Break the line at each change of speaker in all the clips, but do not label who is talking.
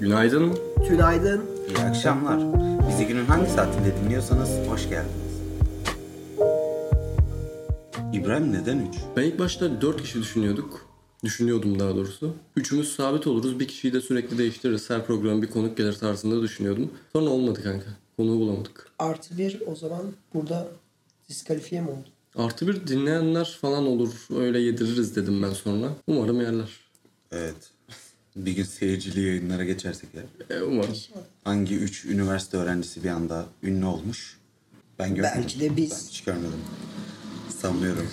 Günaydın.
Günaydın.
İyi akşamlar. Bizi günün hangi saatinde dinliyorsanız hoş geldiniz. İbrahim neden 3?
Ben ilk başta 4 kişi düşünüyorduk. Düşünüyordum daha doğrusu. Üçümüz sabit oluruz. Bir kişiyi de sürekli değiştiririz. Her program bir konuk gelir tarzında düşünüyordum. Sonra olmadı kanka. Konuğu bulamadık.
Artı bir o zaman burada diskalifiye mi oldu?
Artı bir dinleyenler falan olur. Öyle yediririz dedim ben sonra. Umarım yerler.
Evet. Bir gün seyircili yayınlara geçersek ya.
E, umarım.
Hangi 3 üniversite öğrencisi bir anda ünlü olmuş? Ben görmedim.
Belki de biz.
Ben hiç görmedim. Sanmıyorum.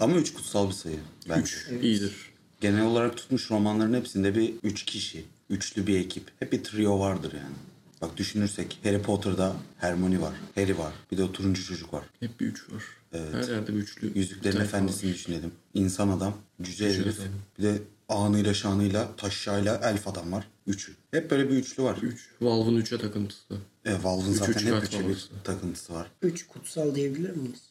Ama 3 kutsal bir sayı. Bence.
İyidir.
Genel olarak tutmuş romanların hepsinde bir üç kişi, üçlü bir ekip. Hep bir trio vardır yani. Bak düşünürsek Harry Potter'da Hermione var, Harry var, bir de o turuncu çocuk var.
Hep bir üç var. Her yerde bir üçlü.
Yüzüklerin
tayfa
Efendisi'ni
var.
düşünelim. İnsan adam, cüce herif,
adam.
bir de anıyla şanıyla, taşşayla elf adam var. Üçü. Hep böyle bir üçlü var.
Üç. Valve'ın üçe takıntısı.
E, Valve'ın zaten
üç
hep
kart
üçe bir
olması.
takıntısı var
Üç kutsal diyebilir miyiz?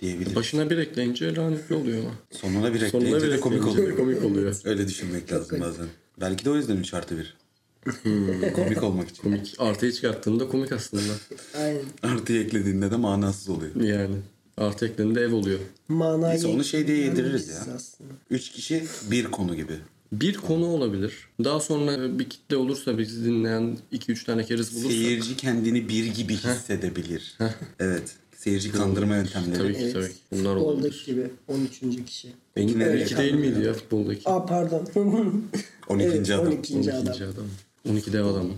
diyebiliriz.
Başına bir ekleyince lanetli oluyor ama.
Sonuna bir
Sonuna
ekleyince
bir
de komik
ekleyince
oluyor.
komik oluyor.
Öyle düşünmek lazım
garip.
bazen. Belki de o yüzden üç artı bir. komik olmak için.
Hmm. Komik. Artıyı çıkarttığında komik aslında.
Aynen.
Artıyı eklediğinde de manasız oluyor.
Yani. Artı ekleninde ev oluyor.
Manayı
Biz onu şey diye yediririz
biziz
ya.
Aslında.
Üç kişi bir konu gibi.
Bir konu olabilir. Daha sonra bir kitle olursa bizi dinleyen 2-3 tane keriz bulursak.
Seyirci kendini bir gibi hissedebilir. evet. Seyirci kandırma yöntemleri.
Tabii ki tabii. ki. Bunlar
Futboldaki
olabilir.
gibi 13. kişi.
Peki nereye
İki şey değil miydi ya futboldaki?
Aa pardon.
12.
Evet,
adam.
12.
12.
adam.
adam. 12 dev adam.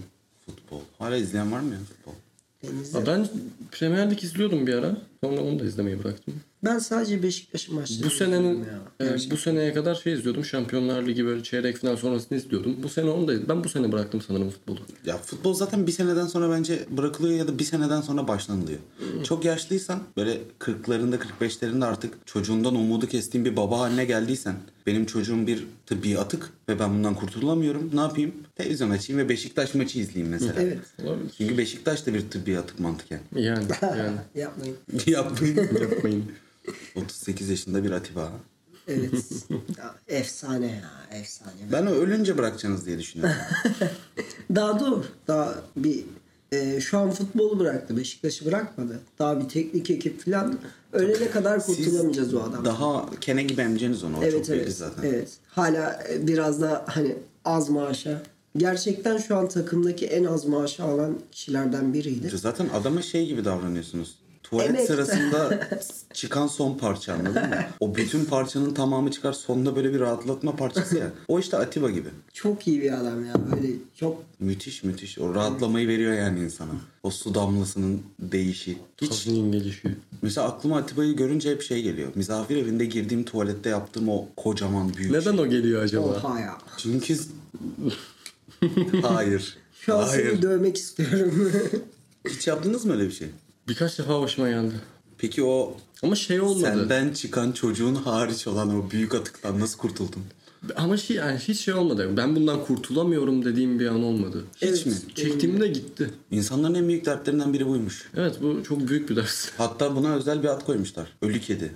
Futbol. Hala izleyen var mı ya futbol?
Deniz.
Aa, ben Premier Lig izliyordum bir ara. Sonra onu da izlemeyi bıraktım.
Ben sadece Beşiktaş'ın maçlarını
Bu senenin
izliyorum ya.
e, bu seneye kadar şey izliyordum. Şampiyonlar Ligi böyle çeyrek final sonrasını izliyordum. Bu sene onu da ben bu sene bıraktım sanırım futbolu.
Ya futbol zaten bir seneden sonra bence bırakılıyor ya da bir seneden sonra başlanılıyor.
Hmm.
Çok yaşlıysan böyle 40'larında 45'lerinde artık çocuğundan umudu kestiğin bir baba haline geldiysen benim çocuğum bir tıbbi atık ve ben bundan kurtulamıyorum. Ne yapayım? Televizyon açayım ve Beşiktaş maçı izleyeyim mesela.
Evet.
Olabilir.
Çünkü Beşiktaş da bir tıbbi atık mantıken.
Yani yani
Yapmayın.
Yapmayın.
yapmayın.
38 yaşında bir Atiba.
Evet. ya, efsane ya. Efsane.
Ben o ölünce bırakacaksınız diye düşünüyorum.
Daha dur. Daha bir e, şu an futbolu bıraktı. Beşiktaş'ı bırakmadı. Daha bir teknik ekip falan. Ölene kadar kurtulamayacağız o adamdan.
Daha kene gibi emeceğiniz onu. O
Evet
çok belli
evet.
zaten.
Evet. Hala e, biraz da hani az maaşa. Gerçekten şu an takımdaki en az maaşı alan kişilerden biriydi.
Zaten adama şey gibi davranıyorsunuz. Tuvalet
Emek.
sırasında çıkan son parça anladın mı? O bütün parçanın tamamı çıkar. Sonunda böyle bir rahatlatma parçası ya. O işte Atiba gibi.
Çok iyi bir adam ya. Böyle çok
Müthiş müthiş. O rahatlamayı veriyor yani insana. O su damlasının değişi. Hiç
Kazının gelişi.
mesela aklıma Atiba'yı görünce hep şey geliyor. Misafir evinde girdiğim tuvalette yaptığım o kocaman büyük şey.
Neden o geliyor acaba?
oha ya.
Çünkü hayır.
Şu an seni
hayır.
dövmek istiyorum.
Hiç yaptınız mı öyle bir şey?
Birkaç defa başıma geldi.
Peki o
Ama şey olmadı.
senden çıkan çocuğun hariç olan o büyük atıktan nasıl kurtuldun?
Ama şey yani hiç şey olmadı. Ben bundan kurtulamıyorum dediğim bir an olmadı.
Hiç
Evet.
mi?
Çektiğimde gitti.
İnsanların en büyük dertlerinden biri buymuş.
Evet bu çok büyük bir ders.
Hatta buna özel bir ad koymuşlar. Ölü kedi.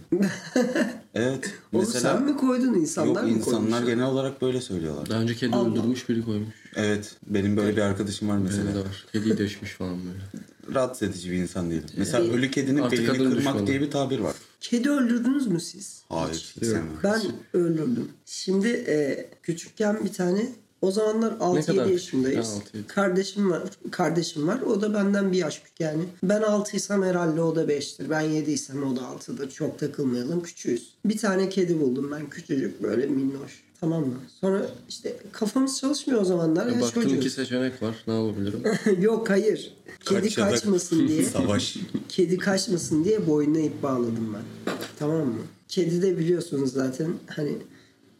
evet.
Onu sen mi koydun insanlar
Yok
mı
insanlar
koymuş?
genel olarak böyle söylüyorlar.
Daha önce kedi öldürmüş biri koymuş.
Evet. Benim böyle bir arkadaşım var mesela.
Benim de var. Kediyi deşmiş falan böyle.
Rahatsız edici bir insan değilim.
Ee,
Mesela ölü kedinin
artık
belini
adını
kırmak
düşmanı.
diye bir tabir var.
Kedi öldürdünüz mü siz?
Hayır. Hiç sevmem.
Ben öldürdüm. Şimdi e, küçükken bir tane o zamanlar
kadar
6-7
küçük?
yaşındayız.
Ha, altı, yedi.
Kardeşim var. Kardeşim var. O da benden bir yaş büyük yani. Ben 6'ysam herhalde o da 5'tir. Ben 7'ysem o da 6'dır. Çok takılmayalım. Küçüğüz. Bir tane kedi buldum ben. Küçücük böyle minnoş. Tamam mı? Sonra işte kafamız çalışmıyor o zamanlar. Ya,
Baktım
çocuğuz.
iki seçenek var. Ne yapabilirim?
Yok hayır. Kedi
Kaçacak.
kaçmasın diye.
Savaş.
Kedi kaçmasın diye boynuna ip bağladım ben. Tamam mı? Kedi de biliyorsunuz zaten hani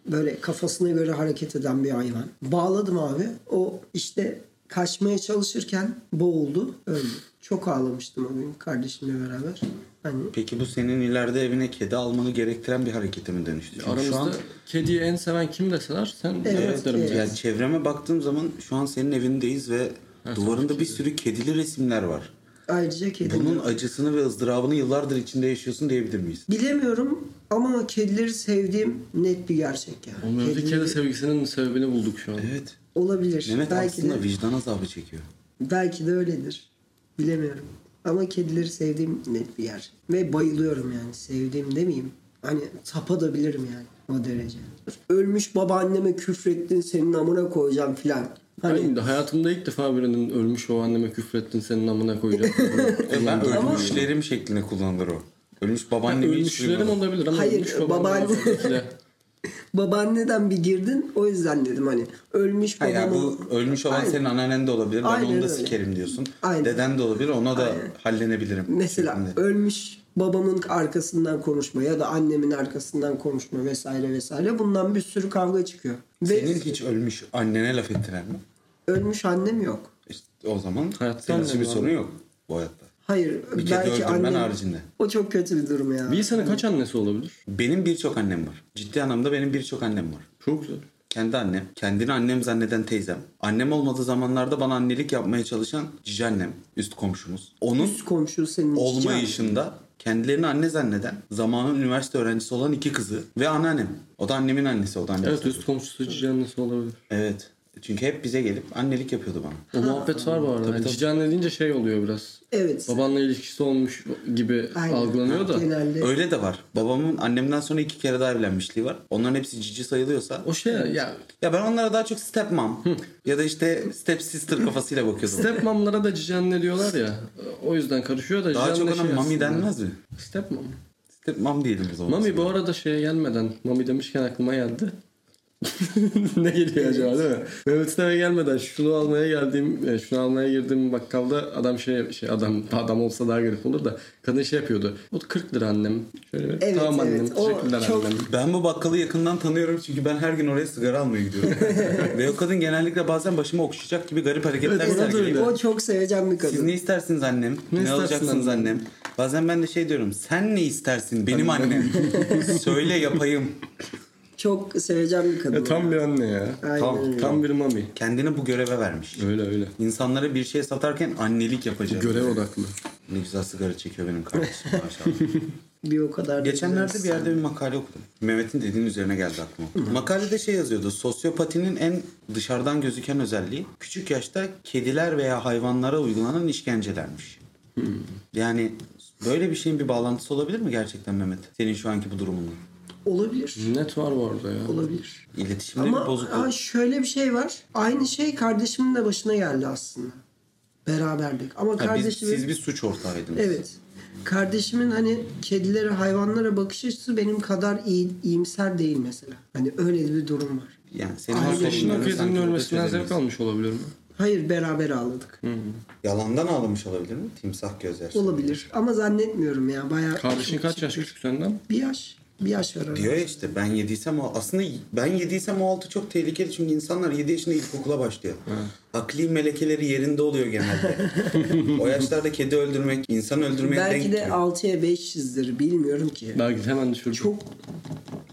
böyle kafasına göre hareket eden bir hayvan. Bağladım abi. O işte kaçmaya çalışırken boğuldu, öldü. Çok ağlamıştım o gün kardeşimle beraber. Hani
Peki bu senin ileride evine kedi almanı gerektiren bir harekete mi dönüştü? Çünkü
Aramızda
şu an
kediyi en seven kim deseler sen evet,
Evet,
derim.
evet.
yani.
yani çevreme baktığım zaman şu an senin evindeyiz ve duvarında bir sürü kedili resimler var.
Ayrıca kedi.
Bunun acısını ve ızdırabını yıllardır içinde yaşıyorsun diyebilir miyiz?
Bilemiyorum ama kedileri sevdiğim net bir gerçek yani.
Ama önceki
Kedileri-
kere sevgisinin sebebini bulduk şu an.
Evet.
Olabilir.
Mehmet
belki
aslında
de,
vicdan azabı çekiyor.
belki de öyledir. Bilemiyorum. Ama kedileri sevdiğim net bir yer. Ve bayılıyorum yani. Sevdiğim demeyeyim. Hani tapadabilirim yani o derece. Ölmüş babaanneme küfrettin senin amına koyacağım filan. Hani
Benim de hayatımda ilk defa birinin ölmüş o anneme küfrettin senin amına koyacağım.
E ben ölmüşlerim şeklinde kullanılır o. Ölmüş babaannemi hiç
Ölmüşlerim
duymadım.
olabilir ama
Hayır,
ölmüş babaannem
babaanne-
tabii ki de.
babaanneden bir girdin o yüzden dedim hani ölmüş
Ha
babam.
ya bu ölmüş olan
Aynen.
senin anneannen de olabilir. Ben
Aynen
onu da
öyle.
sikerim diyorsun.
Aynen.
Deden de olabilir. Ona da hallenebilirim.
Mesela
şeklinde.
ölmüş babamın arkasından konuşma ya da annemin arkasından konuşma vesaire vesaire. Bundan bir sürü kavga çıkıyor. Ve
Senin hiç ölmüş annene laf ettiren mi?
ölmüş annem yok.
İşte o zaman
Hayatta
senin için
yani
bir
abi.
sorun yok bu hayatta.
Hayır
Bir kedi
belki
öldürmen
annem.
haricinde.
O çok kötü bir durum ya.
Bir insanın kaç annesi olabilir?
Benim birçok annem var. Ciddi anlamda benim birçok annem var.
Çok güzel.
Kendi annem, kendini annem zanneden teyzem. Annem olmadığı zamanlarda bana annelik yapmaya çalışan cici annem, üst komşumuz. Onun
Üst komşu senin çiçeği.
olmayışında kendilerini anne zanneden zamanın üniversite öğrencisi olan iki kızı ve anneannem. O da annemin annesi, o da annesi.
Evet üst komşusu cici annesi olabilir.
Evet. Çünkü hep bize gelip annelik yapıyordu bana.
O muhabbet var bu arada. Yani Cici anne deyince şey oluyor biraz.
Evet.
Babanla ilişkisi olmuş gibi
Aynen.
algılanıyor da.
Genelde.
Öyle de var. Babamın annemden sonra iki kere daha evlenmişliği var. Onların hepsi cici sayılıyorsa.
O şey ya
Ya ben onlara daha çok stepmom ya da işte step sister kafasıyla bakıyordum.
stepmomlara da cici anne diyorlar ya. O yüzden karışıyor da
daha
cici
çok
anne
ona
şey
mami
aslında.
denmez mi?
Stepmom.
Stepmom diyelim o zaman.
Mami bu arada şeye gelmeden, Mami demişken aklıma geldi. ne geliyor acaba değil mi? Mehmet Sinem'e gelmeden şunu almaya geldiğim, e, şunu almaya girdiğim bakkalda adam şey, şey adam adam olsa daha garip olur da kadın şey yapıyordu. O da 40 lira annem. Şöyle bir,
Evet,
tamam annem,
evet. O
teşekkürler
çok-
annem.
Ben bu bakkalı yakından tanıyorum çünkü ben her gün oraya sigara almaya gidiyorum. Ve o kadın genellikle bazen başımı okşayacak gibi garip hareketler
Evet, ona da
sergiliyor.
öyle.
O çok seveceğim bir kadın.
Siz ne istersiniz annem? Ne,
istersin
alacaksınız
annem?
annem? Bazen ben de şey diyorum. Sen ne istersin benim annem? Söyle yapayım.
Çok seveceğim bir kadın.
Ya, E, tam bir anne ya.
Aynen
Tam-
öyle.
Tam bir Mami.
Kendini bu göreve vermiş.
Öyle öyle.
İnsanlara bir şey satarken annelik yapacak.
Görev odaklı.
Ne güzel sigara çekiyor benim kardeşim maşallah.
Bir o kadar. da
Geçenlerde
güzel.
bir yerde bir makale okudum. Mehmet'in dediğinin üzerine geldi aklıma. Makalede şey yazıyordu. Sosyopatinin en dışarıdan gözüken özelliği küçük yaşta kediler veya hayvanlara uygulanan işkencelermiş. Yani böyle bir şeyin bir bağlantısı olabilir mi gerçekten Mehmet? Senin şu anki bu durumunla.
Olabilir.
Net var bu arada ya.
Olabilir.
İletişimde bir
Ama
bozukluk.
ha, şöyle bir şey var. Aynı şey kardeşimin de başına geldi aslında. Beraberdik. Ama
Ha, biz-
kardeşimin...
siz bir suç ortağıydınız.
Evet. Kardeşimin hani kedilere, hayvanlara bakış açısı benim kadar iyi, iyimser değil mesela. Hani öyle bir durum var.
Yani senin bu
Kardeşin o
sorunları
kedinin
sanki burada
ölmesinden
çözemeyiz.
zevk almış olabilir mi?
Hayır beraber ağladık.
Yalandan ağlamış olabilir mi? Timsah gözyaşı.
Olabilir ama zannetmiyorum ya. Bayağı
Kardeşin kaç yaş küçük senden?
Bir yaş. Bir yaş var arada.
Diyor ya işte ben yediysem o aslında ben yediysem o altı çok tehlikeli çünkü insanlar 7 yaşında ilkokula başlıyor. Akli melekeleri yerinde oluyor genelde. o yaşlarda kedi öldürmek, insan öldürmeye
Belki
denk
de
geliyor.
6'ya 5'izdir bilmiyorum ki.
Belki hemen düşürdüm.
Çok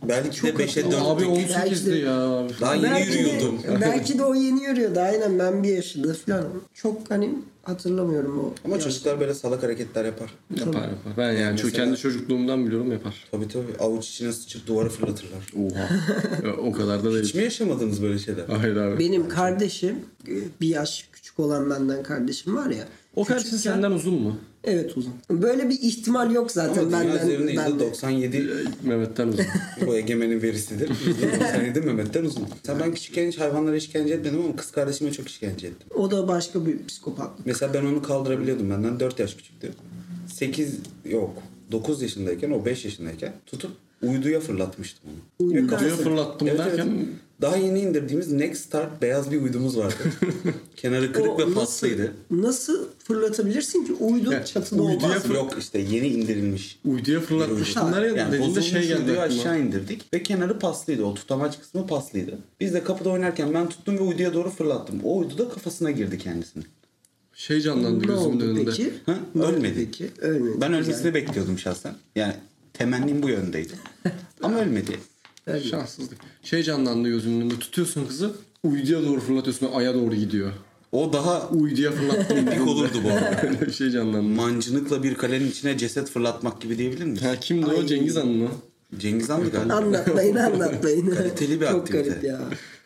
Belki de 5'e 4.
Abi
Belki de-
18'di ya.
Daha yeni
belki
yürüyordum.
De, belki de o yeni yürüyordu. Aynen ben bir yaşında falan. Çok hani hatırlamıyorum o.
Ama çocuklar böyle salak hareketler yapar.
Yapar yapar. Ben yani çünkü
Mesela-
kendi çocukluğumdan biliyorum yapar.
Tabii tabii avuç içine sıçıp duvara fırlatırlar.
Oha. o kadar da
Hiç
değil.
mi yaşamadınız böyle şeyler?
Hayır abi.
Benim kardeşim bir yaş küçük olan benden kardeşim var ya.
o kardeşin
küçükken-
senden uzun mu?
Evet uzun. Böyle bir ihtimal yok zaten
Ama dünya
benden.
üzerinde
benden.
%97
Mehmet'ten uzun.
bu egemenin verisidir. %97 Mehmet'ten uzun. Sen ben küçükken hiç hayvanlara işkence etmedim ama kız kardeşime çok işkence ettim.
O da başka bir psikopatlık.
Mesela ben onu kaldırabiliyordum. Benden 4 yaş küçüktü. 8 yok. 9 yaşındayken o 5 yaşındayken tutup uyduya fırlatmıştım onu.
Uyduya
Diyor
kafasını-
fırlattım
Evet, evet.
derken
Daha yeni indirdiğimiz Next Start beyaz bir uydumuz vardı. Kenarı kırık
O
ve
nasıl-
paslıydı.
Nasıl fırlatabilirsin ki uydu
Ya,
çatıda
uyduya
olmaz.
fırlat-
Yok işte yeni indirilmiş.
uyduya fırlatmışlar ya
Yani
dediğinde
bozulmuş
şey geldi
uyduyu
aklıma.
aşağı indirdik ve kenarı paslıydı. O tutamaç kısmı paslıydı. Biz de kapıda oynarken ben tuttum ve uyduya doğru fırlattım. O uydu da kafasına girdi kendisini.
Şey canlandı
Ne
gözümün
oldu
önünde.
peki?
Ha?
Ne oldu
Ölmedi.
Peki? Ölmedi.
Ben
Güzel.
ölmesini bekliyordum şahsen. Yani temennim bu yöndeydi. Ama ölmedi.
Şanssızlık. Şey canlandı gözümün önünde. Tutuyorsun kızı uyduya doğru fırlatıyorsun aya doğru gidiyor.
O daha
Uyduya fırlattım.
epik olurdu bu arada.
Öyle bir şey canlandı.
Mancınıkla bir kalenin içine ceset fırlatmak gibi diyebilir miyiz?
Ha kimdi o? Cengiz Han mı?
Cengiz Han'dı galiba.
Anlatmayın anlatmayın.
Kaliteli bir
Çok
aktivite.
garip ya.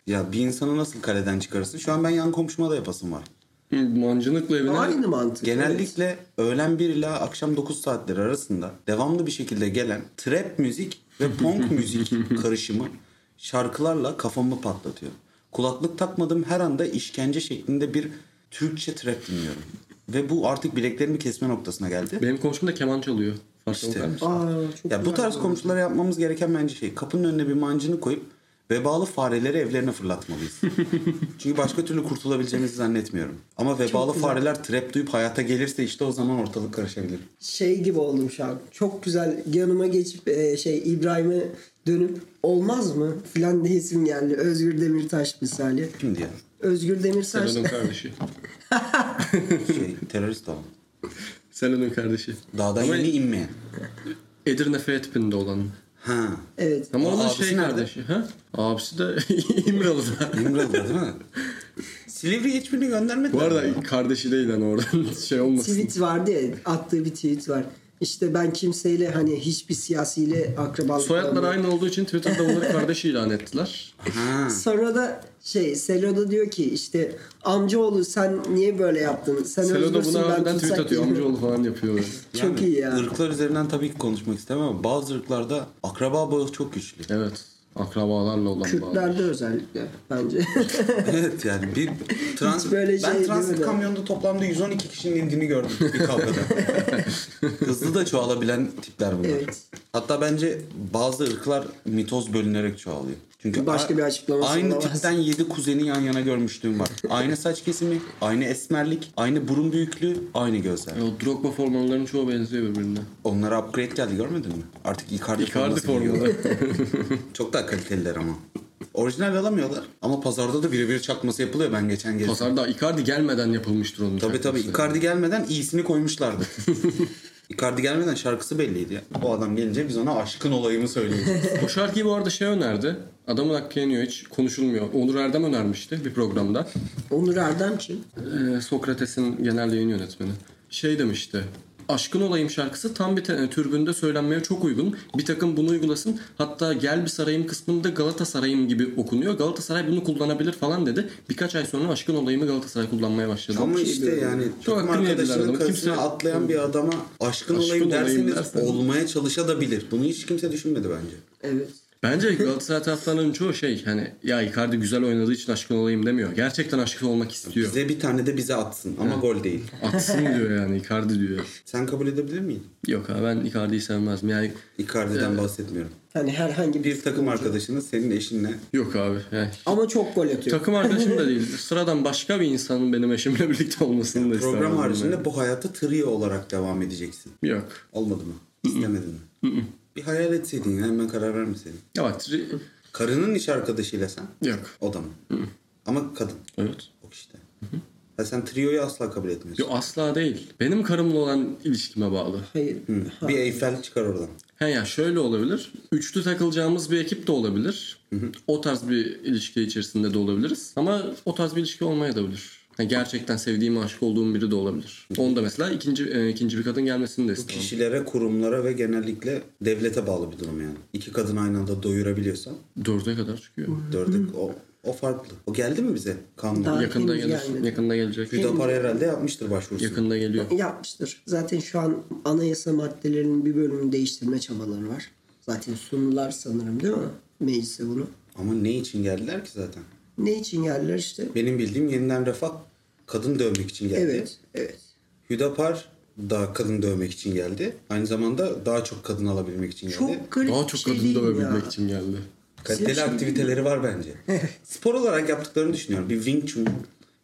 Ya bir insanı nasıl kaleden çıkarırsın? Şu an ben yan komşuma da yapasım var.
Hı, Mancınıkla evine.
Aynı mantık.
Genellikle öğlen 1 ile akşam 9 saatleri arasında devamlı bir şekilde gelen trap müzik ve punk müzik karışımı şarkılarla kafamı patlatıyor. Kulaklık takmadığım her anda işkence şeklinde bir Türkçe trap dinliyorum. Ve bu artık bileklerimi kesme noktasına geldi.
Benim komşum da keman çalıyor. Farklı
İşte.
bakar mısın?
Aa, çok
Ya bu
güzel.
tarz komşulara yapmamız gereken bence şey kapının önüne bir mancını koyup vebalı fareleri evlerine fırlatmalıyız. Çünkü başka türlü kurtulabileceğimizi zannetmiyorum. Ama vebalı fareler trap duyup hayata gelirse işte o zaman ortalık karışabilir.
şey gibi oldum şu an. Çok güzel yanıma geçip e, şey İbrahim'e dönüp olmaz mı filan diyesim geldi. Özgür Demirtaş misali.
Kim diye?
Özgür Demirtaş
Selon'un kardeşi.
Şey, terörist olan.
Selon'un kardeşi.
Dağdan
Ama-
yeni inmeyen.
Edirne Fethpin'de olan.
Ha.
evet.
Ama
Aa,
onun
abisi
şey
nerede?
kardeşi. Ha? Abisi de İmralı'da.
İmralı'da değil mi? Silivri'ye hiçbirini göndermediler.
Bu
mi?
arada kardeşi değil hani oradan şey olmasın.
Tweet vardı ya attığı bir tweet var. İşte ben kimseyle hani hiçbir siyasiyle akrabalık
Soyadları
kuramıyorum.
aynı olduğu için Twitter'da bunları kardeş ilan ettiler.
Ha.
Sonra da şey Selo da diyor ki işte amcaoğlu sen niye böyle yaptın? Sen
Selo da
özgürsün,
buna
ben
harbiden
tutsak
tweet atıyor.
değilim."
Amcaoğlu falan yapıyor. böyle.
Çok
Yani
iyi ya.
Irklar üzerinden tabii ki konuşmak istemem ama bazı ırklarda akraba bağı çok güçlü.
Evet. Akrabalarla olan bağlı.
Kürtlerde özellikle bence.
Evet yani bir trans
Hiç böyle şey
ben trans
değil mi?
kamyonda toplamda 112 kişinin indiğini gördüm bir kavgada. Hızlı da çoğalabilen tipler bunlar.
Evet.
Hatta bence bazı ırklar mitoz bölünerek çoğalıyor. Çünkü
Başka
a-
bir açıklaması
Aynı
olamaz.
tipten 7 kuzeni yan yana görmüştüm var. aynı saç kesimi, aynı esmerlik, aynı burun büyüklüğü, aynı gözler.
Ya O Drogba formalarının çoğu benziyor birbirine.
Onlara upgrade geldi görmedin mi? Artık Icardi,
Icardi
forması giyiyorlar.
formaları.
Çok daha kaliteliler ama. Orijinal alamıyorlar ama pazarda da birebir çakması yapılıyor ben geçen gezdim.
Pazarda Icardi gelmeden yapılmıştır onun.
Tabii tabii
şarkısı.
Icardi gelmeden iyisini koymuşlardı. Icardi gelmeden şarkısı belliydi ya. O adam gelince biz ona aşkın olayımı söyleyeceğiz.
O şarkıyı bu arada şey önerdi. Adamın hakkı yeniyor hiç konuşulmuyor. Onur Erdem önermişti bir programda.
Onur Erdem kim?
Ee, Sokrates'in genel yayın yönetmeni. Şey demişti. Aşkın olayım şarkısı tam bir te- e, türbünde söylenmeye çok uygun. Bir takım bunu uygulasın. Hatta gel bir sarayım kısmında Galatasaray'ım gibi okunuyor. Galatasaray bunu kullanabilir falan dedi. Birkaç ay sonra aşkın olayımı Galatasaray kullanmaya başladı.
Ama işte yani
Çok
takım
hakkını yediler
arkadaşının
adamı.
karşısına
Kimse-
atlayan bir adama aşkın,
Aşkın
olayım
olayım
derseniz
dersen-
olmaya çalışabilir. Bunu hiç kimse düşünmedi bence.
Evet.
Bence Galatasaray taraftarlarının çoğu şey hani ya Icardi güzel oynadığı için aşkın olayım demiyor. Gerçekten aşkın olmak istiyor.
Bize bir tane de bize atsın ama gol değil.
Atsın diyor yani Icardi diyor.
Sen kabul edebilir miydin?
Yok abi ben Icardi'yi sevmezdim. Yani
Icardi'den bahsetmiyorum.
Yani herhangi bir
Bir takım arkadaşınız senin eşinle
yok abi. Yani
ama çok gol atıyor.
takım arkadaşım da değil. Sıradan başka bir insanın benim eşimle birlikte olmasını da istemem.
program
ben.
haricinde bu hayata trio olarak devam edeceksin.
Yok.
Olmadı mı? İstemedin mi? bir hayal etseydin ya, hemen karar vermeseydin.
Ya bak tri-
Karının iş arkadaşıyla sen?
yok.
O da mı? Ama kadın.
Evet.
O işte. Ha sen trioyu asla kabul etmiyorsun.
Yo, asla değil. Benim karımla olan ilişkime bağlı.
Hayır.
Bir Eyfel çıkar oradan.
He ya şöyle olabilir. Üçlü takılacağımız bir ekip de olabilir. O tarz bir ilişki içerisinde de olabiliriz. Ama o tarz bir ilişki olmayabilir. Yani gerçekten sevdiğim, aşık olduğum biri de olabilir. Onda mesela ikinci e, ikinci bir kadın gelmesini de istemem.
Kişilere, kurumlara ve genellikle devlete bağlı bir durum yani. İki kadın aynı anda doyurabiliyorsan
Dörde kadar çıkıyor.
dörde o, o farklı. O geldi mi bize kanunda?
Daha-
Yakında
henüz
gelir.
gelmedi.
Yakında gelecek.
Hüdapar herhalde yapmıştır başvurusunu.
Yakında geliyor.
Yapmıştır. Zaten şu an anayasa maddelerinin bir bölümünü değiştirme çabaları var. Zaten sundular sanırım değil mi? Meclise bunu.
Ama ne için geldiler ki zaten?
Ne için geldiler işte?
Benim bildiğim yeniden refah kadın dövmek için geldi.
Evet. Evet.
Hüdapar da kadın dövmek için geldi. Aynı zamanda daha çok kadın alabilmek için geldi.
Çok garip
Daha
bir
çok
şey
kadını
değil mi
dövebilmek
ya?
için geldi.
Kaliteli
Sizin-
aktiviteleri var bence. Spor olarak yaptıklarını düşünüyorum. Bir Wing Chun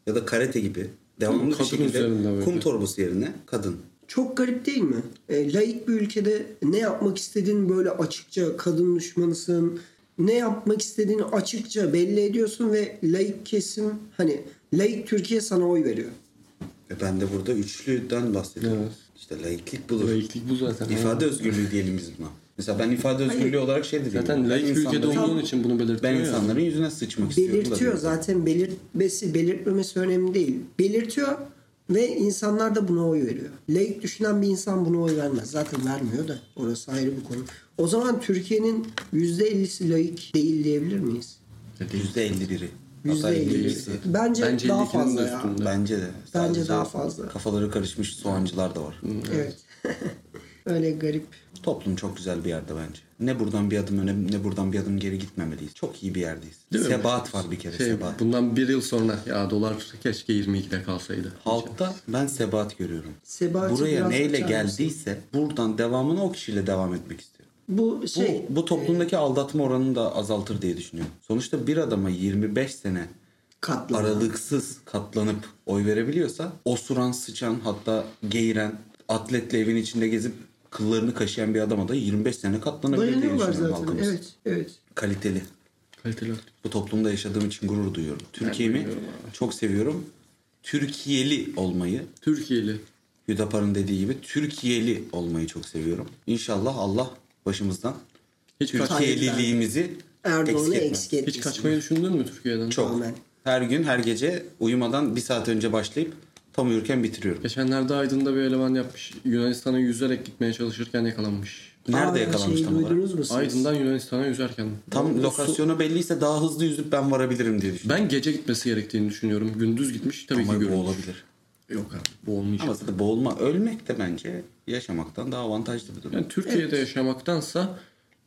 ya da karate gibi devamlı bir
Kadın
şekilde
üzerinde böyle.
kum torbası yerine kadın.
Çok garip değil mi? E, laik bir ülkede ne yapmak istediğini böyle açıkça kadın düşmanısın. Ne yapmak istediğini açıkça belli ediyorsun ve laik kesim hani laik Türkiye sana oy veriyor.
Ve E, ben de burada üçlüden bahsediyorum.
Evet.
İşte laiklik budur.
Laiklik bu zaten.
İfade özgürlüğü diyelim biz buna. Mesela ben ifade özgürlüğü olarak şey dedim.
Zaten
ben
laik bir ülkede
insanların-
olduğun için bunu belirtiyor
Ben
ya.
insanların yüzüne sıçmak istiyorum. da
Belirtiyor
diyor.
zaten belirtmesi belirtmemesi önemli değil. Belirtiyor ve insanlar da buna oy veriyor. Laik düşünen bir insan buna oy vermez. Zaten vermiyor da orası ayrı bir konu. O zaman Türkiye'nin %50'si laik değil diyebilir miyiz?
%51'i. Hatta
%50'si.
%51'si.
Bence,
Bence
daha
52'nin
fazla
de
ya.
üstünde.
Bence de.
Bence
Sadece
daha fazla.
Kafaları karışmış soğancılar da var.
Evet. Öyle garip.
Toplum çok güzel bir yerde bence. Ne buradan bir adım öne ne buradan bir adım geri gitmemeliyiz. Çok iyi bir yerdeyiz.
Değil mi?
sebat var bir kere
Şey,
sebat.
bundan bir yıl sonra ya dolar keşke 22'de kalsaydı.
Halkta ben sebat görüyorum.
Sebatı
Buraya
biraz
neyle
açar
geldiyse buradan devamını o kişiyle devam etmek istiyorum.
Bu
Bu,
şey
bu toplumdaki aldatma oranını da azaltır diye düşünüyorum. Sonuçta bir adama 25 sene
katlı.
aralıksız katlanıp oy verebiliyorsa osuran, sıçan hatta geğiren, atletle evin içinde gezip kıllarını kaşıyan bir adama da 25 sene katlanabilir diye
Dayanıyorlar
düşünüyorum
zaten.
halkımız.
Evet, evet.
Kaliteli.
Kaliteli
Bu toplumda yaşadığım için gurur duyuyorum. Türkiye'mi çok seviyorum. Türkiyeli olmayı,
Türkiye'li.
Hüdapar'ın dediği gibi Türkiyeli olmayı çok seviyorum. İnşallah Allah başımızdan
Hiç
Türkiyeliliğimizi
Erdoğan'ı
eksik etmez.
eksik etmesin.
Hiç kaçmayı düşündün mü Türkiye'den?
Çok.
Amen.
Her gün, her gece uyumadan bir saat önce başlayıp tam uyurken bitiriyorum.
Geçenlerde Aydın'da bir eleman yapmış. Yunanistan'a yüzerek gitmeye çalışırken yakalanmış.
Nerede
Aa,
yakalanmış
şeyi
tam olarak?
duydunuz mu siz?
Aydın'dan Yunanistan'a yüzerken.
Tam lokasyonu belliyse daha hızlı yüzüp ben varabilirim diye düşünüyorum.
Ben gece gitmesi gerektiğini düşünüyorum. Gündüz gitmiş tabii ki
Ama bu
görülmüş.
olabilir.
Yok abi bu olmayacak.
Ama zaten boğulma, ölmek de bence yaşamaktan daha avantajlı bir durum.
Yani Türkiye'de yaşamaktansa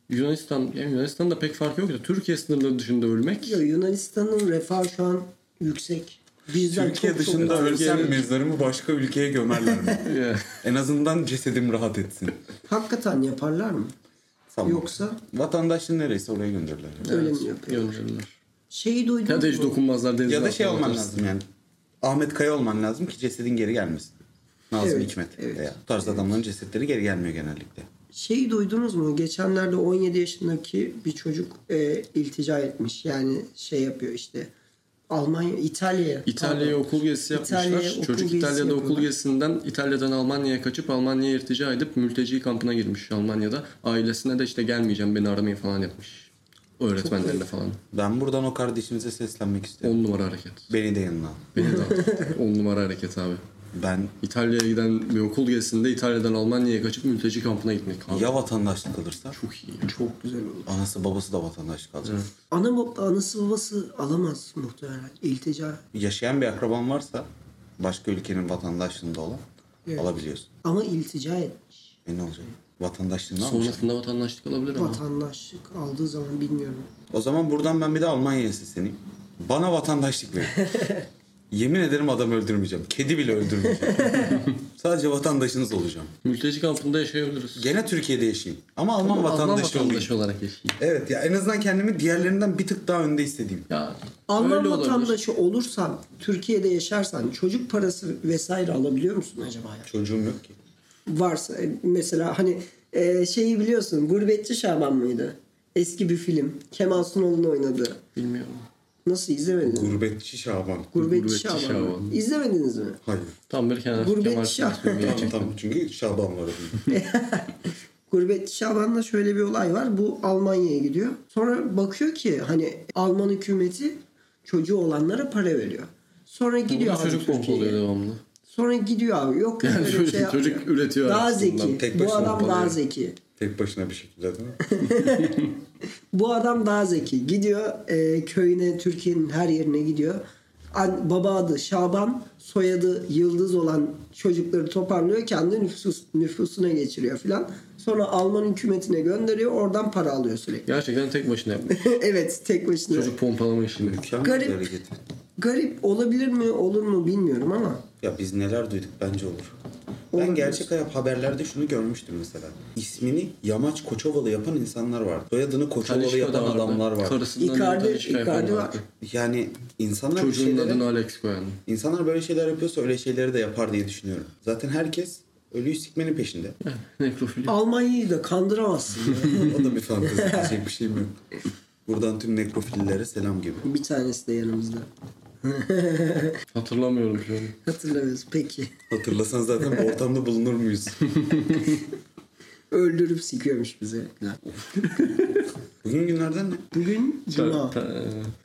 Yunanistan, yani Yunanistan'da pek fark yok da Türkiye sınırları dışında ölmek.
Yo, Yunanistan'ın refahı şu an yüksek. Bizden çok çok şey. daha-
ölsem
mezarımı başka ülkeye gömerler mi?
Ya,
en azından cesedim rahat etsin.
Hakikaten yaparlar mı? Yoksa
Vatandaşın neresi oraya gönderirler.
öyle mi
evet,
yapıyor?
gönderirler.
Şeyi duydunuz
Ya da hiç
mu?
dokunmazlar denize
Ya da şey
atarlar.
olman lazım yani. Ahmet Kaya olman lazım ki cesedin geri gelmesin. Nazım
Evet,
Hikmet
evet.
veya bu tarz adamların cesetleri geri gelmiyor genellikle.
Şeyi duydunuz mu? Geçenlerde 17 yaşındaki bir çocuk e, iltica etmiş. Yani şey yapıyor işte. Almanya, İtalya'ya.
İtalya'ya
pardon.
okul gezisi yapmışlar.
İtalya'ya okul
Çocuk
gezisi
İtalya'da okul
yapıyorlar.
gezisinden İtalya'dan Almanya'ya kaçıp Almanya'ya irtica edip mülteci kampına girmiş Almanya'da. Ailesine de işte gelmeyeceğim beni aramayın falan yapmış. Öğretmenlerine falan.
Ben buradan o kardeşimize seslenmek istiyorum.
On numara hareket.
Beni de yanına al.
Beni de al. On numara hareket abi.
Ben
İtalya'ya giden bir okul gezisinde İtalya'dan Almanya'ya kaçıp mülteci kampına gitmek. Abi,
ya vatandaşlık alırsa
Çok iyi.
Çok güzel oldu.
anası babası da vatandaşlık alacak.
Ana, bab- anası babası alamaz muhtemelen. İltica.
Yaşayan bir akraban varsa başka ülkenin vatandaşlığında olan
Evet.
alabiliyorsun.
Ama iltica etmiş.
E ne olacak? Vatandaşlığını almayacaksın.
Sonrasında vatandaşlık alabilir ama.
Vatandaşlık aldığı zaman bilmiyorum.
O zaman buradan ben bir de Almanya'ya sesleneyim. Bana vatandaşlık verin. Yemin ederim adam öldürmeyeceğim. Kedi bile öldürmeyeceğim. Sadece vatandaşınız olacağım.
Mülteci kampında yaşayabiliriz.
Gene Türkiye'de yaşayayım. Ama Alman
Ama Alman
vatandaşı olayım.
vatandaşı olarak yaşayayım.
Evet ya en azından kendimi diğerlerinden bir tık daha önde istediğim.
Ya
Alman
öyle olabilir.
vatandaşı olursan, Türkiye'de yaşarsan çocuk parası vesaire alabiliyor musun acaba? Ya?
Çocuğum yok ki.
Varsa e, mesela hani e, şeyi biliyorsun Gurbetçi Şaban mıydı? Eski bir film. Kemal Sunal'ın oynadığı.
Bilmiyorum.
Nasıl izlemediniz?
Gurbetçi Şaban.
Gurbetçi,
Gurbetçi
Şaban.
Şaban.
İzlemediniz mi?
Hayır.
Tam bir kenar.
Gurbetçi
Kemal
şah.
Sunal filmi.
Tamam tamam çünkü Şaban var orada.
Gurbetçi Şaban'la şöyle bir olay var. Bu Almanya'ya gidiyor. Sonra bakıyor ki hani Alman hükümeti çocuğu olanlara para veriyor. Sonra gidiyor
Gidiyor
abi
çocuk pompalıyor
Türkiye'ye.
devamlı.
Sonra gidiyor abi. Yok
Yani
öyle bir şey
çocuk-
yapmıyor.
çocuk üretiyor
Daha
aslında.
zeki.
Tek
Bu
başına
adam daha
yapamıyor.
zeki.
Tek başına bir şekilde değil mi?
Bu adam daha zeki. Gidiyor e, köyüne, Türkiye'nin her yerine gidiyor. An, baba adı Şaban, soyadı Yıldız olan çocukları toparlıyor. Kendi nüfus, nüfusuna geçiriyor filan. Sonra Alman hükümetine gönderiyor. Oradan para alıyor sürekli.
Gerçekten tek başına yapmış.
evet tek başına.
Çocuk pompalama işini.
Mükemmel
Garip.
bir hareket.
Garip olabilir mi olur mu bilmiyorum ama.
Ya biz neler duyduk bence olur.
Olur
Ben gerçek hayat haberlerde şunu görmüştüm mesela. İsmini Yamaç Koçovalı yapan insanlar vardı. Soyadını Koçovalı
Talişka
yapan
da vardı.
adamlar vardı.
Karısından
Icardi-
Icardi,
Icardi var.
Yani insanlar bir
Çocuğun
şeylere-
adını Alex koyan.
insanlar böyle şeyler yapıyorsa öyle şeyleri de yapar diye düşünüyorum. Zaten herkes ölüyü sikmenin peşinde.
Eh, Nekrofili.
Almanya'yı da kandıramazsın. ya.
o da bir fantezi diyecek bir şey mi? yok. Buradan tüm nekrofillere selam gibi.
bir tanesi de yanımızda.
Hatırlamıyorum şu an.
Hatırlamıyoruz peki.
Hatırlasan zaten bu ortamda bulunur muyuz?
Öldürüp sikiyormuş bize.
Bugün günlerden ne?
Bugün cuma.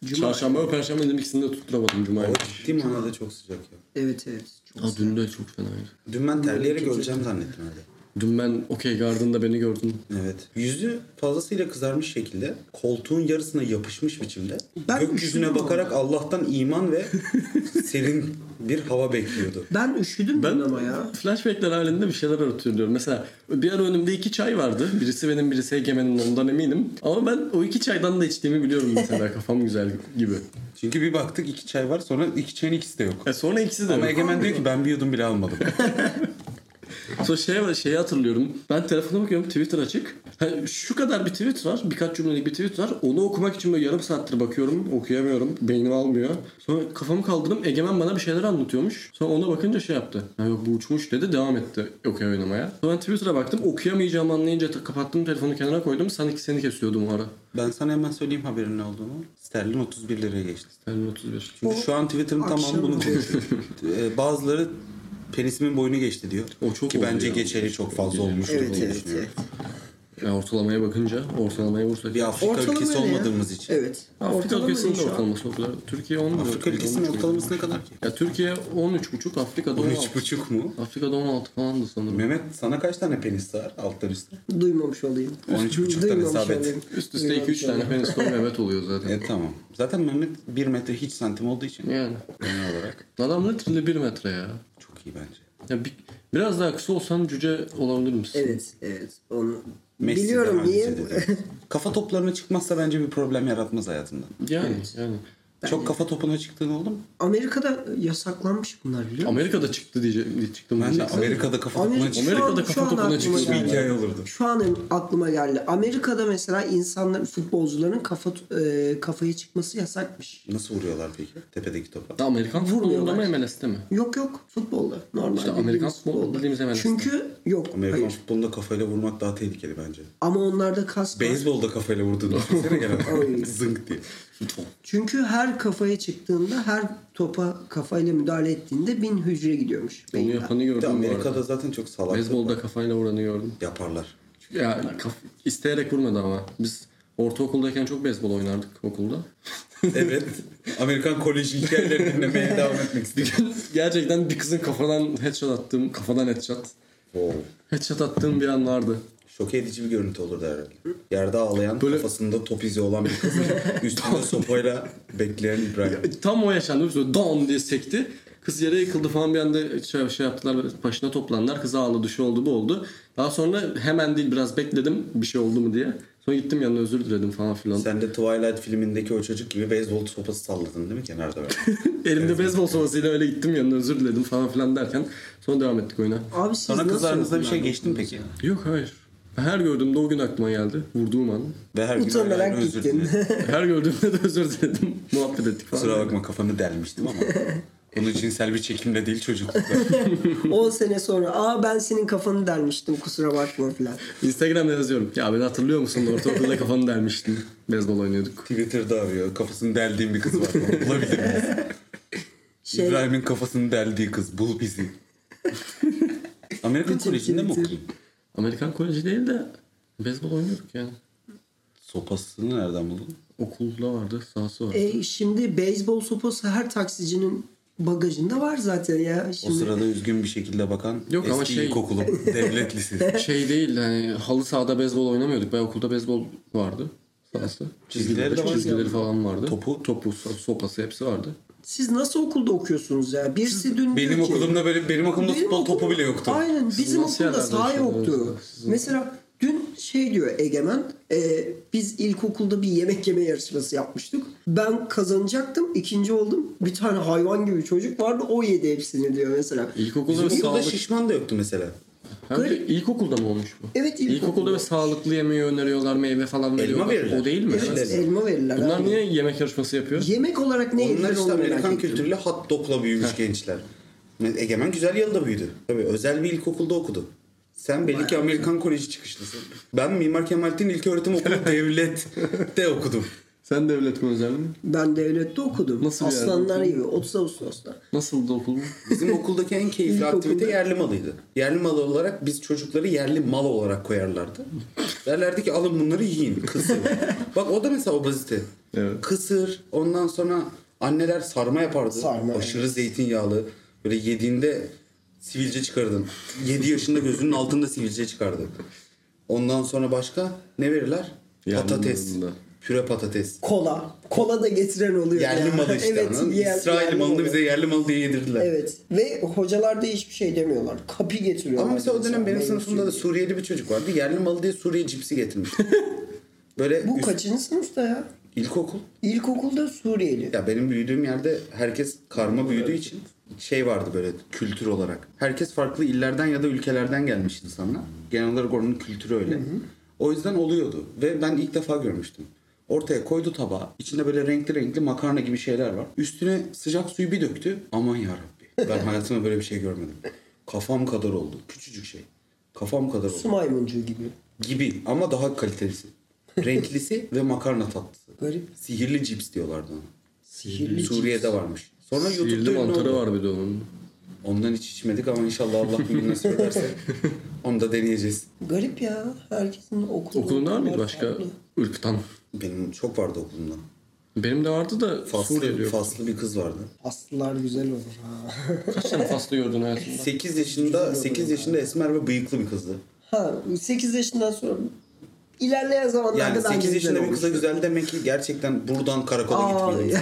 e, Çarşamba ve perşembe dedim ikisini de tutturamadım Cuma'ya.
Ciddi manada çok sıcak ya.
Evet evet. Çok
Aa, dün de çok fenaydı.
Dün ben terleyerek öleceğim zannettim herhalde.
Dün ben okey gardında beni gördün.
Evet. Yüzü fazlasıyla kızarmış şekilde koltuğun yarısına yapışmış biçimde
Ben
gökyüzüne
üşüdüm
bakarak Allah'tan iman ve serin bir hava bekliyordu.
Ben üşüdüm ben
Ben
ama ya.
flashbackler halinde bir şeyler hatırlıyorum. Mesela bir ara önümde iki çay vardı. Birisi benim birisi Egemen'in ondan eminim. Ama ben o iki çaydan da içtiğimi biliyorum mesela kafam güzel gibi.
Çünkü bir baktık iki çay var sonra iki çayın ikisi de yok.
E sonra ikisi de
Ama
yok.
Egemen diyor ki ben bir yudum bile almadım.
Sonra şey var, şeyi hatırlıyorum. Ben telefona bakıyorum Twitter açık. Ha, şu kadar bir tweet var. Birkaç cümlelik bir tweet var. Onu okumak için böyle yarım saattir bakıyorum. Okuyamıyorum. Beynim almıyor. Sonra kafamı kaldırdım. Egemen bana bir şeyler anlatıyormuş. Sonra ona bakınca şey yaptı. Ha yok bu uçmuş dedi. Devam etti okuya oynamaya. Sonra ben Twitter'a baktım. Okuyamayacağımı anlayınca ta- kapattım telefonu kenara koydum. Sanki seni kesiyordum o ara.
ben sana hemen söyleyeyim haberin ne olduğunu. Sterlin 31 liraya geçti.
Telefon 31.
Çünkü şu an Twitter'ın
akşam
tamamı bunu
oluyor.
konuşuyor. Ee, bazıları penisimin boyunu geçti diyor.
O çok
ki
oldu
bence
ya.
geçeli çok fazla olmuştur
Evet
diye
evet
düşünüyorum.
evet.
Ya ortalamaya bakınca ortalamaya vursak.
Bir Afrika ülkesi
ne ya?
olmadığımız için.
Evet.
Afrika
Ortalama
ülkesinin
ne
de
şu an?
ortalaması o kadar. Türkiye 10 mu?
Afrika ülkesinin
13 mu?
ortalaması ne kadar ki?
Ya Türkiye 13,5 Afrika'da 16.
13,5 mu?
Afrika'da 16 falandı sanırım.
Mehmet sana kaç tane penis var alttan üstten?
Duymamış olayım.
13,5'tan
Duymamış
hesap et.
olayım.
Üst üste
Duymamış
2-3 tane
olayım.
penis doğum evet oluyor zaten.
E tamam. Zaten Mehmet 1 metre hiç santim olduğu için
Yani.
genel olarak
Adam literally 1 metre ya.
çok iyi bence.
ya bir- biraz daha kısa olsan cüce olabilir misin?
Evet evet. Onu
Messi de
biliyorum
aynı
niye.
şeyde dedi. kafa toplarına çıkmazsa bence bir problem yaratmaz hayatında.
Yani yani.
Çok kafa topuna çıktığın oldu mu?
Amerika'da yasaklanmış bunlar biliyor musun?
Amerika'da çıktı diyecek çıktım
Ben de
diyeceksin.
Amerika'da kafa topuna
Amerika-
çıktım.
Şu
Amerika'da
an- şu
kafa
an
topuna
aklıma
çıkmış bir
geldi.
hikaye.
olurdu.
Şu an aklıma geldi. Amerika'da mesela insanlar futbolcuların kafa e, kafaya çıkması yasakmış.
Nasıl vuruyorlar peki tepedeki topa?
Amerikan futbolunda mı
Vurmuyorlar.
MLS'te mi?
Yok yok futbolda normal.
İşte
bildiğimiz
Amerikan futbolu
futbolda.
bildiğimiz MLS 'te.
Çünkü yok
Amerikan
hayır.
futbolunda kafayla vurmak daha tehlikeli bence.
Ama onlarda kas var.
Beyzbolda kafayla vurduğunu düşünsene
Ay.
gene. Zınk diye.
Çünkü her kafaya çıktığında her topa kafayla müdahale ettiğinde bin hücre gidiyormuş.
Onu
beyinden.
yapanı
Bir de
gördüm bu arada.
Amerika'da zaten çok salak.
Beyzbolda kafayla vuranı gördüm.
Yaparlar.
Ya kaf- isteyerek vurmadı ama. Biz ortaokuldayken çok beyzbol oynardık okulda.
evet. Amerikan kolej hikayelerini dinlemeye devam etmek istedim.
Gerçekten bir kızın kafadan headshot attığım, kafadan headshot.
Wow.
Headshot attığım bir an vardı.
Şok edici bir görüntü olurdu herhalde. Yerde ağlayan,
Böyle-
kafasında top izi olan bir kız. Üstünde sopayla bekleyen İbrahim.
Tam o yaşandı. Böyle don diye sekti. Kız yere yıkıldı falan bir anda şey, şey yaptılar. böyle Başına toplandılar. Kız ağladı. Şu oldu bu oldu. Daha sonra hemen değil biraz bekledim bir şey oldu mu diye. Sonra gittim yanına özür diledim falan filan.
Sen de Twilight filmindeki o çocuk gibi beyzbol sopası salladın değil mi kenarda böyle?
Elimde beyzbol sopasıyla öyle gittim yanına özür diledim falan filan derken. Sonra devam ettik oyuna.
Abi siz
Sonra
nasıl
kızlarınızda bir şey
yapıyorsunuz?
geçti mi peki?
Yok hayır. Her gördüğümde o gün aklıma geldi. Vurduğum an.
Ve her gün
Utanarak
ailen özür
gittin.
diledi.
Her gördüğümde de özür diledim. Muhabbet ettik falan.
Kusura bakma kafanı delmiştim ama. Onun cinsel bir çekimle değil çocuklukta.
10 sene sonra aa ben senin kafanı dermiştim kusura bakma falan.
Instagram'da yazıyorum. Ya beni hatırlıyor musun? Ortaokulda kafanı dermiştin. Beyzbol oynuyorduk.
Twitter'da arıyor. Kafasını deldiğim bir kız var. Onu Bulabilir miyiz?
Şey,
İbrahim'in kafasını deldiği kız. Bul bizi. Amerikan kolejinde mi
Twitter.
okuyayım?
Amerikan koleji değil de beyzbol oynuyorduk yani.
Sopasını nereden buldun?
Okulda vardı, sahası vardı.
e, şimdi beyzbol sopası her taksicinin bagajında var zaten ya.
O
Şimdi
sırada üzgün bir şekilde bakan
Yok
eski
ama şey-
ilkokulu devlet lisesi.
Şey değil yani halı sahada beyzbol oynamıyorduk. Ben okulda beyzbol vardı sahası.
Çizgileri de var
çizgileri falan vardı.
Topu?
topu, so- sopası hepsi vardı.
Siz nasıl okulda okuyorsunuz ya? Birisi dün diyor
Benim
ki-
okulumda böyle benim okulumda
Benim
futbol
okulum-
topu bile yoktu.
Aynen bizim
nasıl
okulda
yerlerde
saha
yaşıyorsunuz?
yoktu.
Siz-
Mesela dün şey diyor Egemen e, biz ilkokulda bir yemek yeme yarışması yapmıştık. Ben kazanacaktım ikinci oldum. Bir tane hayvan gibi çocuk vardı o yedi hepsini diyor mesela.
İlkokulda ve
Bizim okulda
sağlık...
şişman da yoktu mesela.
Hem de ilkokulda mı olmuş bu?
Evet, ilkokulda.
İlkokulda ve sağlıklı yemeği öneriyorlar, meyve falan veriyorlar.
verirler.
O değil mi?
Evet.
Evet, elma verirler.
Bunlar
abi.
niye yemek yarışması yapıyor?
Yemek olarak ne
Onlar
yediler
işte
onu merak
Amerikan
ettim.
kültürüyle hot dog'la büyümüş gençler. Egemen güzel yılda büyüdü. Tabii özel bir ilkokulda okudu. Sen belli ki Amerikan Koleji çıkışlısın. Ben Mimar Kemalettin İlköğretim Okulu Devlet'te okudum.
Sen de öğretmen özel mi?
Ben devlette okudum.
Nasıl bir yerde
Aslanlar
okudun?
gibi 30 Ağustos'ta.
Nasıldı okul?
Bizim okuldaki en keyifli
İlkokulda-
aktivite yerli malıydı. Yerli malı olarak biz çocukları yerli mal olarak koyarlardı. Derlerdi ki alın bunları yiyin. Kısır. Bak o da mesela obezite.
Evet.
Kısır. Ondan sonra anneler sarma yapardı.
Sarma.
Aşırı zeytinyağlı. Böyle yediğinde sivilce çıkardın. 7 yaşında gözünün altında sivilce çıkardı. Ondan sonra başka ne verirler?
Yerli
patates.
malında.
Püre patates.
Kola. Kola da getiren oluyor.
Yerli
ya.
malı işte. anladın mı?
yer-
İsrail
yerli
malını
malı.
bize yerli malı diye yedirdiler.
Evet. Ve hocalar da hiçbir şey demiyorlar. Kapi getiriyorlar.
Ama mesela o dönem benim
meyve
sınıfımda da
suyu.
Suriyeli bir çocuk vardı. Yerli malı diye Suriye cipsi getirmiş. Böyle
Bu
üst-
kaçıncı sınıfta ya?
ilkokul.
İlkokulda Suriyeli.
Ya benim büyüdüğüm yerde herkes karma büyüdüğü için şey vardı böyle kültür olarak. Herkes farklı illerden ya da ülkelerden gelmiş insanlar. Genel olarak oranın kültürü öyle. O yüzden oluyordu ve ben ilk defa görmüştüm. Ortaya koydu tabağı. İçinde böyle renkli renkli makarna gibi şeyler var. Üstüne sıcak suyu bir döktü. Aman yarabbi. Ben hayatımda böyle bir şey görmedim. Kafam kadar oldu. Küçücük şey. Kafam kadar
Su
oldu.
maymuncuğu gibi.
Gibi ama daha kalitelisi. Renklisi ve makarna tatlısı.
Garip.
Sihirli cips diyorlardı ona.
Sihirli
Suriye'de varmış. Sonra
Sihirli
YouTube'da ünlü
mantarı
oldu.
var bir de onun.
Ondan hiç içmedik ama inşallah Allah bir gün nasip ederse onu da deneyeceğiz.
Garip ya. Herkesin okulu.
Okulun var mıydı başka
farklı.
ırktan?
Benim çok vardı okulumda.
Benim de vardı da Suriyeli
Faslı,
yok.
faslı bir kız vardı.
Aslılar güzel olur ha.
Kaç tane Faslı gördün hayatında?
8 yaşında 8 yaşında esmer ve bıyıklı bir kızdı.
Ha 8 yaşından sonra ilerleyen zamanlarda
Yani
bence
8
güzel
yaşında bir kıza
olmuş.
güzel demek ki gerçekten buradan karakola
Aa,
gitmeli.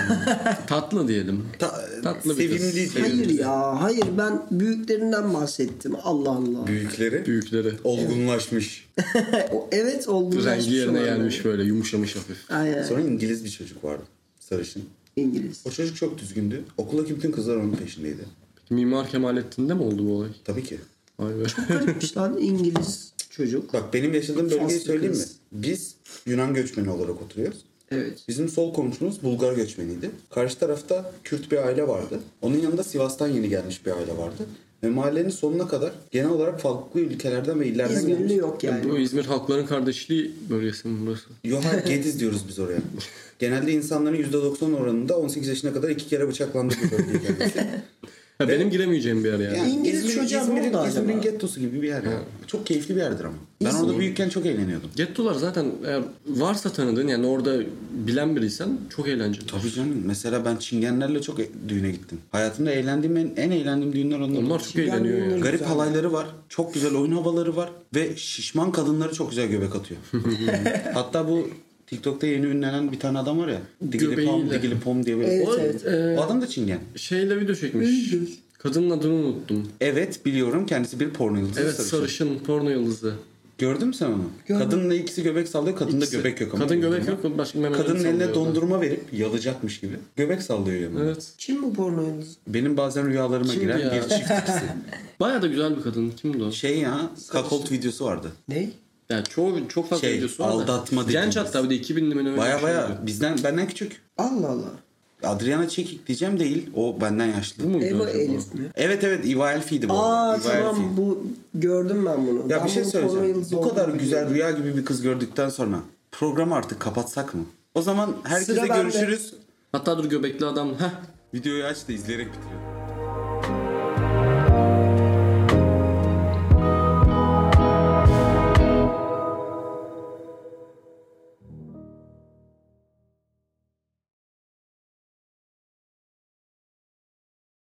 Tatlı diyelim.
Ta-
Tatlı bir kız.
sevimli
Hayır
sevimli.
ya hayır ben büyüklerinden bahsettim Allah Allah.
Büyükleri
Büyükleri.
olgunlaşmış.
O- evet olgunlaşmış
şey
Rengi yerine
olanlar.
gelmiş böyle yumuşamış hafif.
Aynen
Sonra İngiliz bir çocuk vardı. Sarışın.
İngiliz.
O çocuk çok düzgündü. Okuldaki bütün kızlar onun peşindeydi.
Mimar Kemalettin'de mi oldu bu olay?
Tabii ki.
Vay be.
Garipmiş lan İngiliz çocuk.
Bak benim yaşadığım bölgeyi
Faslı
söyleyeyim mi?
kız.
Biz Yunan göçmeni olarak oturuyoruz.
Evet.
Bizim sol komşumuz Bulgar göçmeniydi. Karşı tarafta Kürt bir aile vardı. Onun yanında Sivas'tan yeni gelmiş bir aile vardı. Ve mahallenin sonuna kadar genel olarak farklı ülkelerden ve illerden
İzmirli
gelmiş.
yok yani.
Bu İzmir Halkların Kardeşliği bölgesi mi burası?
Yohan Gediz diyoruz biz oraya. Genelde insanların %90 oranında 18 yaşına kadar iki kere bıçaklandı bir bölge kendisi.
Ya benim giremeyeceğim bir yer yani.
Yani
İngiliz çocuğa ne
İzmir'in,
oldu acaba?
İzmir'in gettosu gibi bir yer. ya. Çok keyifli bir yerdir ama. Ben orada büyükken çok eğleniyordum.
Gettolar zaten eğer varsa tanıdığın yani orada bilen biriysen çok eğlenceli.
Tabii canım. Mesela ben çingenlerle çok e- düğüne gittim. Hayatımda eğlendiğim en, en eğlendiğim düğünler onlar.
Onlar
oldu.
çok
Yani
eğleniyor
bunları-
yani.
Garip
Güzel.
halayları var. Çok güzel oyun havaları var. Ve şişman kadınları çok güzel göbek atıyor. Hatta bu TikTok'ta yeni ünlenen bir tane adam var ya. Digili pom,
Göbeğiyle.
digili pom diye böyle.
Evet,
o,
evet,
evet.
o adam da çingen.
Şeyle video çekmiş. Kadının adını unuttum.
Evet biliyorum kendisi bir porno yıldızı
Evet
sarışın.
sarışın porno yıldızı.
Gördün mü sen onu?
Gördüm.
Kadınla ikisi göbek sallıyor. Kadında
İkisi.
göbek yok ama.
Kadın göbek yok. Başka memeleri
Kadının
sallıyor
eline
da.
dondurma verip yalacakmış gibi. Göbek sallıyor yanına.
Evet.
Kim bu porno yıldızı?
Benim bazen rüyalarıma
Kimdi
giren
ya?
bir çift ikisi.
Baya da güzel bir kadın. Kimdi o?
Şey ya, kakolt videosu vardı.
Ne?
Yani çoğu çok fazla
Şey,
videosu var da.
aldatma dediğimiz.
Genç hatta bir de 2000'li mi ne öyle bir şey
Baya
şeydi.
baya bizden benden küçük.
Allah Allah.
Adriana Çekik diyeceğim değil. O benden yaşlı.
Bu muydu
Eva
acaba?
Elif mi?
Evet evet Iva Elfi'ydi bu.
Aa
arada. Iva
tamam
Elfi.
bu gördüm ben bunu.
Ya
Ben
bir şey
bunun porno
söyleyeceğim.
yıldızı
Bu kadar
olduğunu
güzel
bilmiyorum.
rüya gibi bir kız gördükten sonra programı artık kapatsak mı? O zaman herkese
Sıra bende.
görüşürüz.
Hatta dur göbekli adam. Heh
Videoyu aç da izleyerek bitirelim.